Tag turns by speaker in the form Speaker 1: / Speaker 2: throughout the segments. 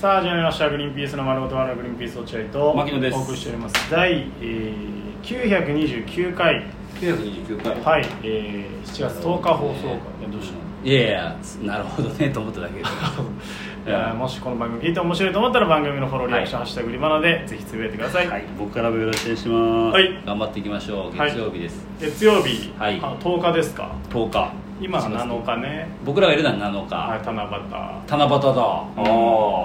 Speaker 1: さあ始まりました「グリーンピースの丸ごと笑うグリーンピース落合」と
Speaker 2: 牧野です
Speaker 1: お送りしております第、えー、929回
Speaker 2: 929回
Speaker 1: はい、えー、7月10日放送回いやどうした
Speaker 2: いやいやなるほどねと思っただけで
Speaker 1: いやーもしこの番組聞いて面白いと思ったら番組のフォローリアクション「
Speaker 2: は
Speaker 1: ハッシュタグリマナ」でぜひつぶやいてください、
Speaker 2: はい僕からもよろしくお願いします、
Speaker 1: はい
Speaker 2: 頑張っていきましょう
Speaker 1: はい
Speaker 2: 月曜日です、
Speaker 1: 月曜日、
Speaker 2: はい
Speaker 1: あ10日ですか
Speaker 2: 10日
Speaker 1: 今
Speaker 2: します
Speaker 1: 7日ね
Speaker 2: 僕らがいるのは7日、
Speaker 1: はい七夕
Speaker 2: 七夕だあ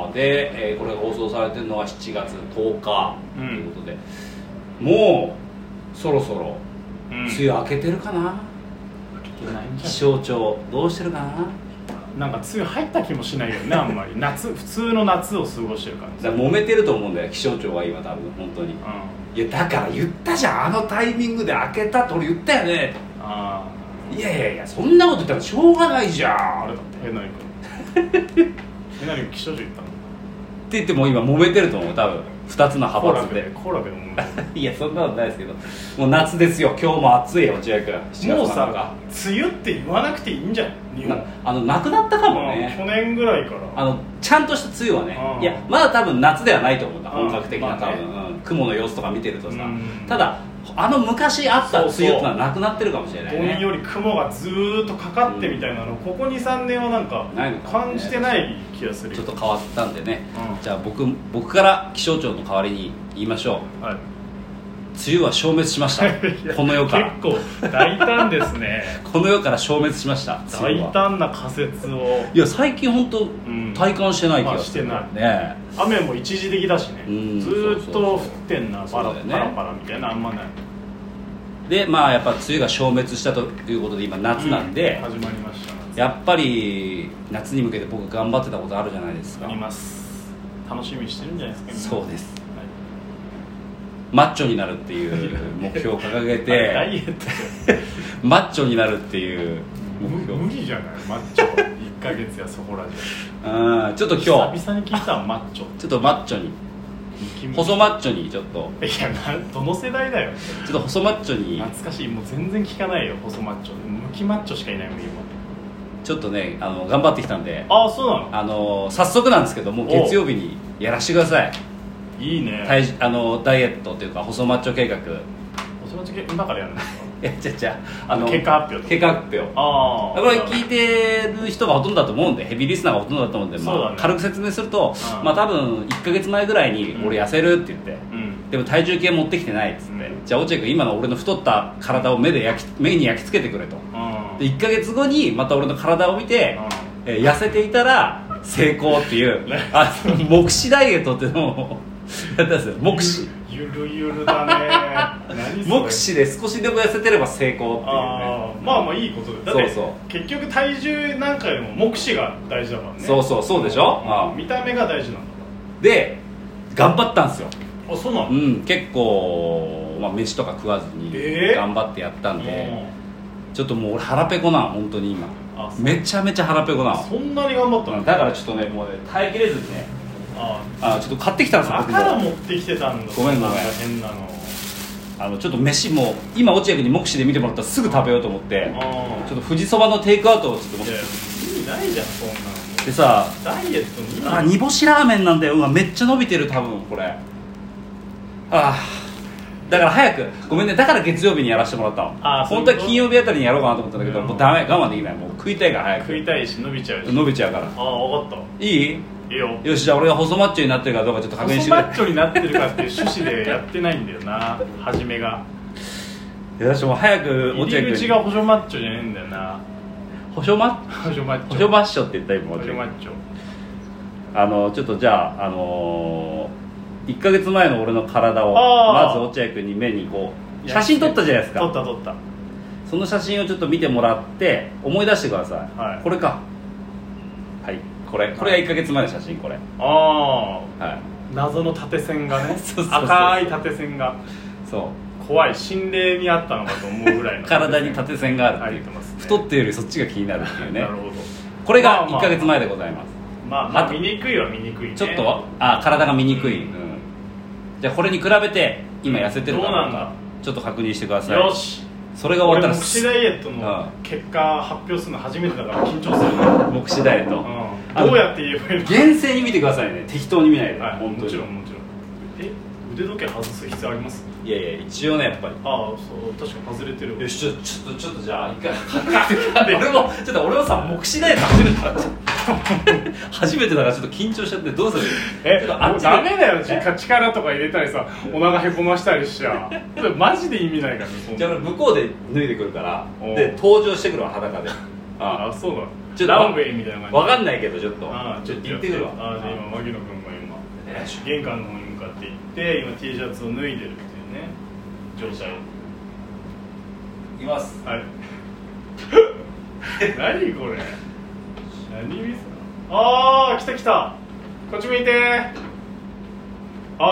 Speaker 2: ーで、えーこれが放送されてるのは7月10日と
Speaker 1: うん
Speaker 2: いうことで、もうそろそろ
Speaker 1: うん
Speaker 2: 梅雨明けてるかな、気象庁どうしてるかな
Speaker 1: なんか梅雨入った気もしないよねあんまり夏普通の夏を過ごしてる感じ
Speaker 2: だから揉めてると思うんだよ気象庁は今多分本当に
Speaker 1: うんあ
Speaker 2: いやだから言ったじゃんあのタイミングで開けたと俺言ったよね
Speaker 1: あ
Speaker 2: いやいやいやそんなこと言ったらしょうがないじゃん
Speaker 1: あ
Speaker 2: っ
Speaker 1: れだってえなり君えなり君気象庁行ったの
Speaker 2: て言ってもう今揉めてると思う多分2つの派
Speaker 1: コラ
Speaker 2: 閥
Speaker 1: ボ
Speaker 2: で
Speaker 1: でコラボでも
Speaker 2: いやそんなことないですけどもう夏ですよ今日も暑いよ落合君
Speaker 1: もう
Speaker 2: 7月
Speaker 1: さ梅雨って言わなくていいんじゃん日
Speaker 2: 7日
Speaker 1: 本
Speaker 2: なあのなくなったかも
Speaker 1: うん去
Speaker 2: ね
Speaker 1: 年ぐらいから
Speaker 2: あのちゃんとした梅雨はね、
Speaker 1: うん
Speaker 2: いやまだ多分夏ではないと思うんだ、
Speaker 1: うん
Speaker 2: 本格的な
Speaker 1: まあ
Speaker 2: 多
Speaker 1: ね
Speaker 2: 分、うん雲の様子とか見てるとさ、
Speaker 1: うん
Speaker 2: ただあの昔あった梅雨っていうの
Speaker 1: そ
Speaker 2: は
Speaker 1: う
Speaker 2: なくなってるかもしれない
Speaker 1: どん
Speaker 2: ね
Speaker 1: より雲がずーっとかかってみたいなの、ここ23年はなんか
Speaker 2: ないのかもね
Speaker 1: 感じてない気がする
Speaker 2: ちょ
Speaker 1: よ
Speaker 2: っと変わったんでね、
Speaker 1: うん
Speaker 2: じゃあ僕僕から気象庁の代わりに言いましょう
Speaker 1: はい
Speaker 2: 梅雨は消滅しま し
Speaker 1: いや
Speaker 2: たこの世から
Speaker 1: 結構大胆ですね
Speaker 2: この世から消滅しました 梅雨は
Speaker 1: 大胆な仮説を
Speaker 2: いや最近本当
Speaker 1: ん
Speaker 2: 体感してない気がする、
Speaker 1: まあして
Speaker 2: ね
Speaker 1: 雨も一時的だしねず
Speaker 2: うん
Speaker 1: ーっ
Speaker 2: そ
Speaker 1: と
Speaker 2: うそ
Speaker 1: 降
Speaker 2: う
Speaker 1: っ
Speaker 2: そう
Speaker 1: てんなパ
Speaker 2: そ
Speaker 1: ラ
Speaker 2: うだよね
Speaker 1: パラパラみたいなあんまない
Speaker 2: でまあやっぱ梅雨が消滅したということで今夏なんで、
Speaker 1: う始まりました
Speaker 2: やっぱり夏に向けて僕頑張ってたことあるじゃないですか
Speaker 1: あります楽しみにしてるんじゃないですか
Speaker 2: そうです
Speaker 1: す
Speaker 2: マッチョになるっ ていう目標を掲げ
Speaker 1: ダイエ
Speaker 2: て
Speaker 1: ット
Speaker 2: マッチョになるっていう
Speaker 1: む
Speaker 2: 目標
Speaker 1: 無理じゃないマッチョは1か月やそこらで
Speaker 2: うん ちょっと今日
Speaker 1: 久々に聞いたわマッチョ
Speaker 2: ちょっとマッチョに細マッチョにちょっと
Speaker 1: いやなどの世代だよ
Speaker 2: ちょっと細マッチョに
Speaker 1: 懐かしいもう全然聞かないよ細マッチョムキマッチョしかいないもん今
Speaker 2: ちょっとねあの頑張ってきたんで
Speaker 1: ああそうなの
Speaker 2: あの早速なんですけどもう月曜日にやらしてください
Speaker 1: いいね
Speaker 2: 体重あのダイエットというか細マッチョ計画
Speaker 1: 細マッチョ今からやるんですか
Speaker 2: いやじゃじゃあの
Speaker 1: 結果発表
Speaker 2: 結果発表
Speaker 1: ああ
Speaker 2: これ聞いてる人がほとんどだと思うんでヘビーリスナーがほとんどだと思うんで、
Speaker 1: そうだ
Speaker 2: ま
Speaker 1: ね
Speaker 2: あ、軽く説明すると、
Speaker 1: うん
Speaker 2: まあ多分1か月前ぐらいに
Speaker 1: うん
Speaker 2: 「俺痩せる」って言って、
Speaker 1: うん
Speaker 2: でも体重計持ってきてないっつって、
Speaker 1: うん
Speaker 2: じゃあ落合君今の俺の太った体を目で焼き目に焼き付けてくれと
Speaker 1: うん
Speaker 2: で1か月後にまた俺の体を見て、えー痩せていたら成功っていうあの目視ダイエットっていうのをやったんですよ目視
Speaker 1: ゆるゆる だね何それ
Speaker 2: 目視で少しでも痩せてれば成功っていうね
Speaker 1: ああまあまあいいことだよだって
Speaker 2: そうそ
Speaker 1: 結局体重なんかよりも目視が大事だからね
Speaker 2: そうそうそうでしょああ
Speaker 1: 見た目が大事なんだ
Speaker 2: で頑張ったんですよ、
Speaker 1: あそうなの、
Speaker 2: うん、結構、まあ、飯とか食わずに
Speaker 1: えー
Speaker 2: 頑張ってやった
Speaker 1: うんん
Speaker 2: で、ちょっともう俺腹ペコなん本当に今
Speaker 1: あそ
Speaker 2: めちゃめちゃ腹ペコなん
Speaker 1: そんなに頑張ったの、
Speaker 2: うんだからちょっとねもうね耐えきれずにね
Speaker 1: あ
Speaker 2: あちょっと買ってきたんですよ
Speaker 1: だ
Speaker 2: 僕
Speaker 1: から
Speaker 2: も
Speaker 1: 持ってきてたんだ
Speaker 2: ごめんごめん
Speaker 1: なか変なの
Speaker 2: あのちょっと飯も今落合君に目視で見てもらったらすぐ食べようと思って
Speaker 1: あ
Speaker 2: ちょっと富士そばのテイクアウトをちょっと持
Speaker 1: あい
Speaker 2: って
Speaker 1: や意味ないじゃんそんなの
Speaker 2: でさ
Speaker 1: ダイエットに意味
Speaker 2: あ
Speaker 1: ない
Speaker 2: 煮干しラーメンなんだようわめっちゃ伸びてる多分これああだから早くごめんねだから月曜日にやらせてもらったの
Speaker 1: あーそういう
Speaker 2: 本
Speaker 1: こ
Speaker 2: 当
Speaker 1: と
Speaker 2: は金曜日あたりにやろうかなと思ったんだけど、
Speaker 1: うん
Speaker 2: もうダメ我慢できないもう食いたいから早く
Speaker 1: 食いたいし伸びちゃうし
Speaker 2: 伸びちゃうから
Speaker 1: ああ分かっ
Speaker 2: いい
Speaker 1: たいいよ
Speaker 2: よしじゃあ俺が細マッチョになってるかどうかちょっと確認
Speaker 1: 細
Speaker 2: して
Speaker 1: マ
Speaker 2: く
Speaker 1: ッチョになってるかっていう趣旨でやってないんだよな初めが
Speaker 2: れよしもう早く落合
Speaker 1: 入り口
Speaker 2: 君
Speaker 1: が補助マッチョじゃねえんだよな
Speaker 2: 細マ
Speaker 1: 補助マッチ
Speaker 2: 補
Speaker 1: ョ
Speaker 2: 助マッチョって言った今
Speaker 1: 補
Speaker 2: 落合
Speaker 1: 助
Speaker 2: 君
Speaker 1: マッチョ
Speaker 2: あのちょっとじゃああのー、1か月前の俺の体を
Speaker 1: あー
Speaker 2: まず落合君に目にこう写真撮ったじゃないですか
Speaker 1: 撮った撮った
Speaker 2: その写真をちょっと見てもらって思い出してください、
Speaker 1: はい
Speaker 2: これかはいこれこれが1か月前の写真これ
Speaker 1: ああ
Speaker 2: はい
Speaker 1: 謎の縦線がね
Speaker 2: そうそうそう
Speaker 1: 赤い縦線が
Speaker 2: そ
Speaker 1: 怖い心霊にあったのかと思うぐらいの
Speaker 2: 体に縦線があるっていう、
Speaker 1: 入ってますね
Speaker 2: 太ってよりそっちが気になるっていうね
Speaker 1: なるほど
Speaker 2: これが
Speaker 1: まあま
Speaker 2: 1
Speaker 1: あ
Speaker 2: か月前でございます、
Speaker 1: まあまあ
Speaker 2: あと
Speaker 1: 見にくいは見にくいね
Speaker 2: ちょっとはあ体が見にくい、
Speaker 1: う
Speaker 2: うんんじゃあこれに比べて今痩せてるかどう
Speaker 1: どうな
Speaker 2: か
Speaker 1: ん
Speaker 2: ちょっと確認してください
Speaker 1: よし
Speaker 2: それが
Speaker 1: 俺
Speaker 2: 終わったら
Speaker 1: 目視ダイエットの結果発表するの初めてだから緊張するな
Speaker 2: 目視ダイエット、
Speaker 1: うん
Speaker 2: あの
Speaker 1: どうやって言えばいいの
Speaker 2: 厳正に見てくださいね適当に見ないで、
Speaker 1: はい、
Speaker 2: 本当
Speaker 1: も
Speaker 2: に
Speaker 1: ちろんもちろんえ腕時計外す必要あります
Speaker 2: いやいや一応ねやっぱり
Speaker 1: ああそう確かに外れてる
Speaker 2: よしちょちょっとちょっとじゃあ一回 俺もちょっと俺もさ目視ダイエット初めてだから 初めてだからちょっと緊張しちゃってどうするち
Speaker 1: え
Speaker 2: ょっとあっ
Speaker 1: もう
Speaker 2: ち
Speaker 1: ダメだよ
Speaker 2: え
Speaker 1: 力力とか入れたりさお腹へこましたりしちゃそれマジで意味ないからねそん
Speaker 2: じゃあ
Speaker 1: な
Speaker 2: 俺向こうで脱いでくるから
Speaker 1: おう
Speaker 2: で登場してくるわ裸であ
Speaker 1: あそうだ
Speaker 2: ちょっと
Speaker 1: ランウェイみたいな
Speaker 2: 分
Speaker 1: 感じ
Speaker 2: かんないけどちょっと
Speaker 1: ああ
Speaker 2: ちょっと行ってくるわ
Speaker 1: ああじゃあ今牧野君が今
Speaker 2: えー
Speaker 1: 玄関の方に向かって行って今 T シャツを脱いでるっていうね状態
Speaker 2: 行きます
Speaker 1: はい 何これ何見せたああ来た来たこっち向いてあ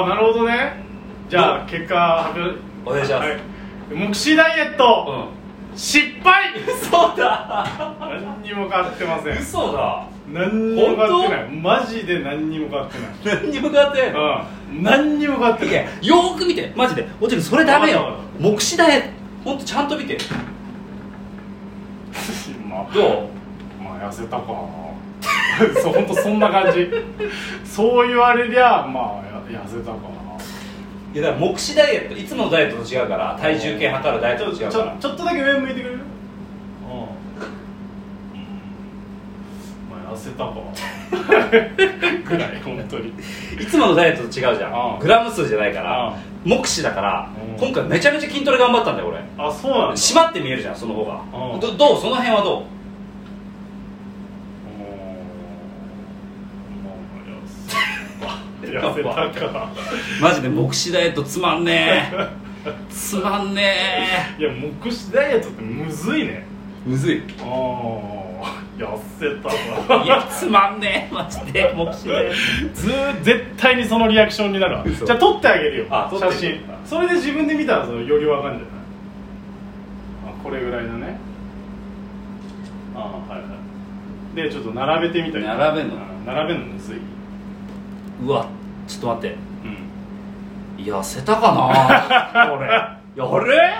Speaker 1: あなるほどねじゃあ結果発表
Speaker 2: お願いします
Speaker 1: は目視ダイエット、失敗
Speaker 2: 嘘だ
Speaker 1: 何にも変わってません
Speaker 2: 嘘だ
Speaker 1: 何にも変わってないマジで何にも変わってない
Speaker 2: 何に向かってんの
Speaker 1: うん何にも変わって
Speaker 2: い
Speaker 1: な
Speaker 2: や
Speaker 1: い
Speaker 2: よーく見てマジでおちろんそれダメよ
Speaker 1: あ
Speaker 2: 目視ダイエットほんとちゃんと見て
Speaker 1: まあ
Speaker 2: どう
Speaker 1: まあ痩せたかそう本当そんな 感じそう言われりゃまあや痩せたか
Speaker 2: いやだから目視ダイエットいつものダイエットと違うから体重計測るダイエッ
Speaker 1: ちょっと
Speaker 2: トと違う
Speaker 1: ち
Speaker 2: か
Speaker 1: ょ
Speaker 2: ら
Speaker 1: ちょっとだけ上向いてくれるまあ痩せたか ぐらい本当に
Speaker 2: いつものダイエットと違うじゃ
Speaker 1: うんん
Speaker 2: グラム数じゃないか
Speaker 1: う
Speaker 2: ら
Speaker 1: ん
Speaker 2: 目視だから
Speaker 1: うん
Speaker 2: 今回めちゃめちゃ筋トレ頑張ったんだよ俺
Speaker 1: あそうなんだ
Speaker 2: 締まって見えるじゃんその方が
Speaker 1: うん
Speaker 2: どどうその辺はどう
Speaker 1: 痩せたか
Speaker 2: マジで目視ダイエットつまんねえつまんね
Speaker 1: いや目視ダイエットってむずいね
Speaker 2: えむずい
Speaker 1: ああ痩せたか
Speaker 2: いやつまんねえマジで目視ダイエッ
Speaker 1: ずー絶対にそのリアクションになるわ
Speaker 2: 嘘
Speaker 1: じゃあ撮ってあげるよ
Speaker 2: あ撮って
Speaker 1: 写真それで自分で見たらそのよりわかんじゃないあこれぐらいだねあはいはいでちょっと並べてみたり
Speaker 2: 並べんの
Speaker 1: うん並べるのむずい、う
Speaker 2: トうわちょっと待って
Speaker 1: ん、
Speaker 2: 痩せたかな これやれ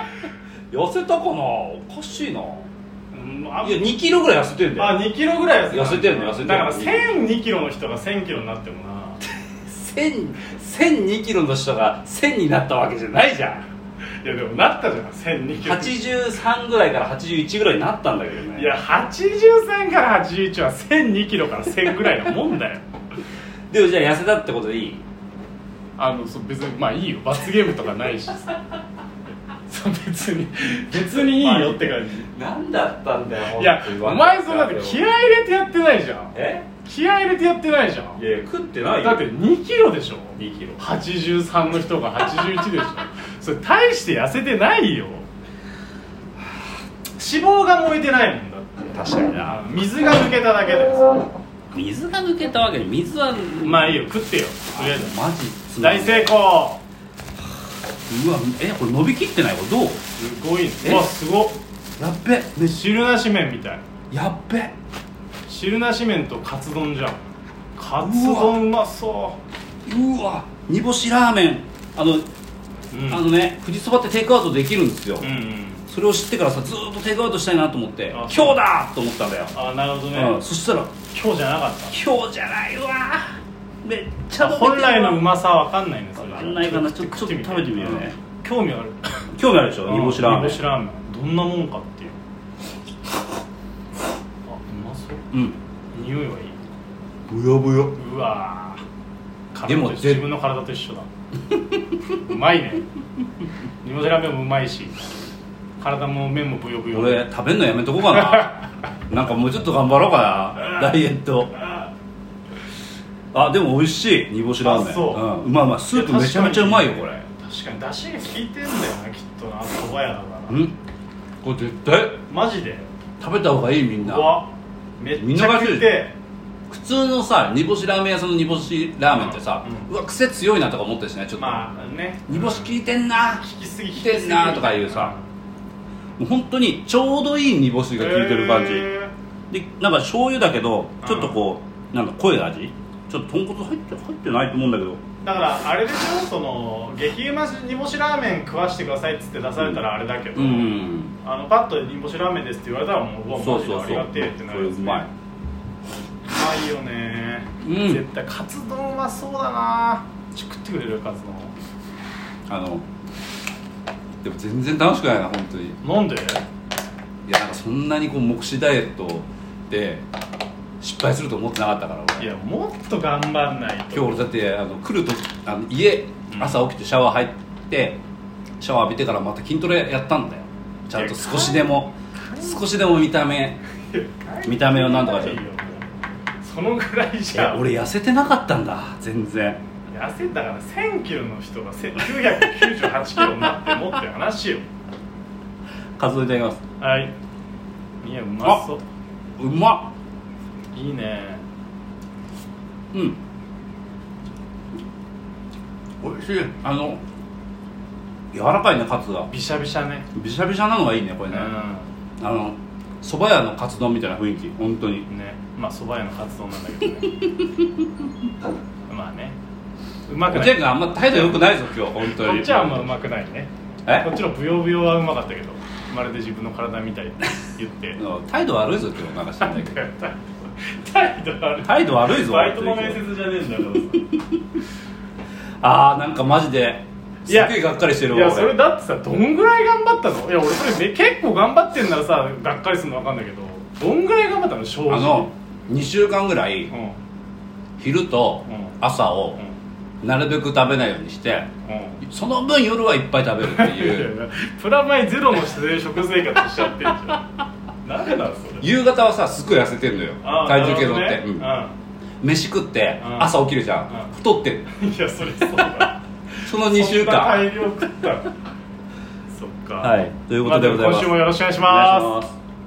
Speaker 2: 痩せたかなおかしいな
Speaker 1: うんあ
Speaker 2: いや2キロぐらい痩せてんだよ
Speaker 1: あ2キロぐらい痩せた
Speaker 2: 痩せてんの痩せてんの
Speaker 1: だから1002キロの人が1000キロになってもな
Speaker 2: 1000 1002キロの人が1000になったわけじゃないじゃん
Speaker 1: いやでもなったじゃん1002キロ
Speaker 2: 83ぐらいから81ぐらいになったんだけどね
Speaker 1: いや83から81は1002キロから1000ぐらいのもんだよ
Speaker 2: でもじゃあ痩せたってことでいい
Speaker 1: あのそう別にまあいいよ罰ゲームとか ないしさそう別に別にいいよって感じ
Speaker 2: 何だったんだよ
Speaker 1: いや
Speaker 2: 本当に
Speaker 1: お前そんなって気合い入れてやってないじゃん
Speaker 2: え
Speaker 1: 気合い入れてやってないじゃん
Speaker 2: いやいや食ってないよ
Speaker 1: だって2キロでしょ
Speaker 2: 2キロ
Speaker 1: 83の人が81でしょ それ大して痩せてないよ脂肪が燃えてないもんだって
Speaker 2: 確かにな
Speaker 1: あ水が抜けただけでさ
Speaker 2: 水が抜けたわけで水は
Speaker 1: まあいいよ食ってよとりあえず
Speaker 2: マジつまん
Speaker 1: 大
Speaker 2: ない
Speaker 1: 成功
Speaker 2: うわえこれ伸びきってないこれどう
Speaker 1: すごいね
Speaker 2: え
Speaker 1: うわすごっ
Speaker 2: やっべめ
Speaker 1: 汁なし麺みたい
Speaker 2: やっべ
Speaker 1: 汁なし麺とカツ丼じゃんカツ丼うまそう
Speaker 2: わ煮干しラーメンあの、
Speaker 1: う、うん、
Speaker 2: あのね富士そばってテイクアウトできるんですよ、
Speaker 1: うんうん
Speaker 2: それを知ってからさずーっとテイクアウトしたいなと思って今
Speaker 1: あ
Speaker 2: 日
Speaker 1: そう
Speaker 2: だと思ったんだよ、
Speaker 1: あなるほどね、
Speaker 2: うん、そしたら
Speaker 1: 今日じゃなかっ
Speaker 2: 今日じゃないわめっち
Speaker 1: た
Speaker 2: ゃ伸びてるわ
Speaker 1: 本来のうまさは分かんないねそれじゃ
Speaker 2: わかんないかなちょっと
Speaker 1: 食ってみ
Speaker 2: ちょっと食べてみようね
Speaker 1: うん興味ある
Speaker 2: 興味あるでしょ煮干しラーメ
Speaker 1: 煮
Speaker 2: ン
Speaker 1: 干しラーメンどんなもんかっていうあうまそう
Speaker 2: うん
Speaker 1: 匂いはいい
Speaker 2: ブヨブヨ
Speaker 1: うわー
Speaker 2: でも
Speaker 1: 体と自分の体と一緒だうまいね煮干しラーメンもうまいし体も麺もブヨブヨ
Speaker 2: 俺食べんのやめとこうか ななんかもうちょっと頑張ろうかなダイエットあでも美味しい煮干しラーメン
Speaker 1: あそう
Speaker 2: うん、うまいうまいスープめちゃめちゃうまいよこれ
Speaker 1: 確かに出汁が効いてんだよなきっとなそば屋だから
Speaker 2: うんこれ絶対
Speaker 1: マジで
Speaker 2: 食べた方がいいみん
Speaker 1: う
Speaker 2: な
Speaker 1: わめっ
Speaker 2: みん
Speaker 1: ち
Speaker 2: な
Speaker 1: ゃ
Speaker 2: が
Speaker 1: 食
Speaker 2: い
Speaker 1: っ
Speaker 2: る
Speaker 1: て
Speaker 2: 普通のさ煮干しラーメン屋さんの煮干しラーメンってさ、う
Speaker 1: う
Speaker 2: わ癖強いなとか思ったしねちょっと、
Speaker 1: まあね
Speaker 2: 煮干し効いてんな
Speaker 1: 効きすぎ
Speaker 2: 効いてんなとかいうさもう本当にちょうどいい煮干し
Speaker 1: 効
Speaker 2: が効いてる感じ、
Speaker 1: え
Speaker 2: でなんか醤油だけどちょっとこうなんか濃い味ちょっと豚骨入って入ってないと思うんだけど
Speaker 1: ーだからあれでしょその激うま煮干しラーメン食わしてくださいっつって出されたらあれだけど、
Speaker 2: うん
Speaker 1: あのパッと煮干しラーメンですって言われたらもううわ
Speaker 2: そう
Speaker 1: マジで
Speaker 2: そうそう
Speaker 1: ありがてえってな
Speaker 2: これ
Speaker 1: る
Speaker 2: うまい
Speaker 1: まいよね、
Speaker 2: うん
Speaker 1: 絶対カツ丼うまそうだなち食ってくれるカツ
Speaker 2: あのでも全然楽しくないな本当にい
Speaker 1: 丼なんで
Speaker 2: やなんかそんなにこう目視ダイエットで失敗すると思ってなかったから俺
Speaker 1: いやもっと頑張んないと
Speaker 2: 今日俺だってあの来るとあの家
Speaker 1: うん
Speaker 2: 朝起きてシャワー入ってシャワー浴びてからまた筋トレやったんだよちゃんと少しでも少しでも見た目見た目をなんとかし
Speaker 1: い
Speaker 2: て
Speaker 1: いよそのぐらい
Speaker 2: い
Speaker 1: じゃ
Speaker 2: や
Speaker 1: ん
Speaker 2: 俺痩せてなかったんだ全然
Speaker 1: 痩せたから1000キロの人がせ998キロになってもって話よ
Speaker 2: 数えていただきます
Speaker 1: はいいやうまそう
Speaker 2: うまっ
Speaker 1: いいね
Speaker 2: うんおいしいあの柔らかいねカツが
Speaker 1: びしゃびしゃね
Speaker 2: びしゃびしゃなのがいいねこれね、
Speaker 1: う
Speaker 2: あの蕎麦屋のカツ丼みたいな雰囲気本当に
Speaker 1: んねまあそば屋のカツ丼なんだけどね まあねうまく
Speaker 2: お
Speaker 1: な
Speaker 2: じい
Speaker 1: い
Speaker 2: 君あんま態度良くないぞ今日本当
Speaker 1: こ
Speaker 2: に
Speaker 1: っちはあんまうまくないね
Speaker 2: え
Speaker 1: こっちのブヨブヨはうまかったけどまるで自分の体みたいって言って
Speaker 2: うん態度悪いぞ今日なんか知らないけど
Speaker 1: 態度悪い
Speaker 2: 態度悪いぞ
Speaker 1: バイトの
Speaker 2: 本当
Speaker 1: 面
Speaker 2: に今日
Speaker 1: 接じゃねえんだから
Speaker 2: ああなんかマジです
Speaker 1: いや
Speaker 2: っげえがっかりしてる
Speaker 1: さい
Speaker 2: わ
Speaker 1: やそれ
Speaker 2: 俺
Speaker 1: だってさどんぐらい頑張ったのいや俺それめ結構頑張ってんならさがっかりするの分かんないけどどんぐらい頑張ったの正直
Speaker 2: あの2週間ぐら
Speaker 1: う
Speaker 2: い
Speaker 1: んうん
Speaker 2: 昼と
Speaker 1: うん
Speaker 2: 朝をなるべく食べないようにして
Speaker 1: うん
Speaker 2: その分夜はいっぱい食べるって
Speaker 1: いやい
Speaker 2: い
Speaker 1: や
Speaker 2: う
Speaker 1: いやプラマイゼロの食生活しちゃってんじゃんなんでなのそれ
Speaker 2: 夕方はさすっごい痩せてんのよ
Speaker 1: あー
Speaker 2: 体重計乗っ
Speaker 1: な
Speaker 2: て、
Speaker 1: るほどね
Speaker 2: うん飯食って
Speaker 1: うん
Speaker 2: 朝起きるじゃん、
Speaker 1: うん
Speaker 2: 太ってる
Speaker 1: うんいやそれそうだ
Speaker 2: その2週
Speaker 1: そんな
Speaker 2: 間
Speaker 1: 大量食ったのそっか
Speaker 2: はいということでございま
Speaker 1: あも
Speaker 2: す
Speaker 1: 今週もよろしくお願いし
Speaker 2: お願い
Speaker 1: ま
Speaker 2: し
Speaker 1: す
Speaker 2: ます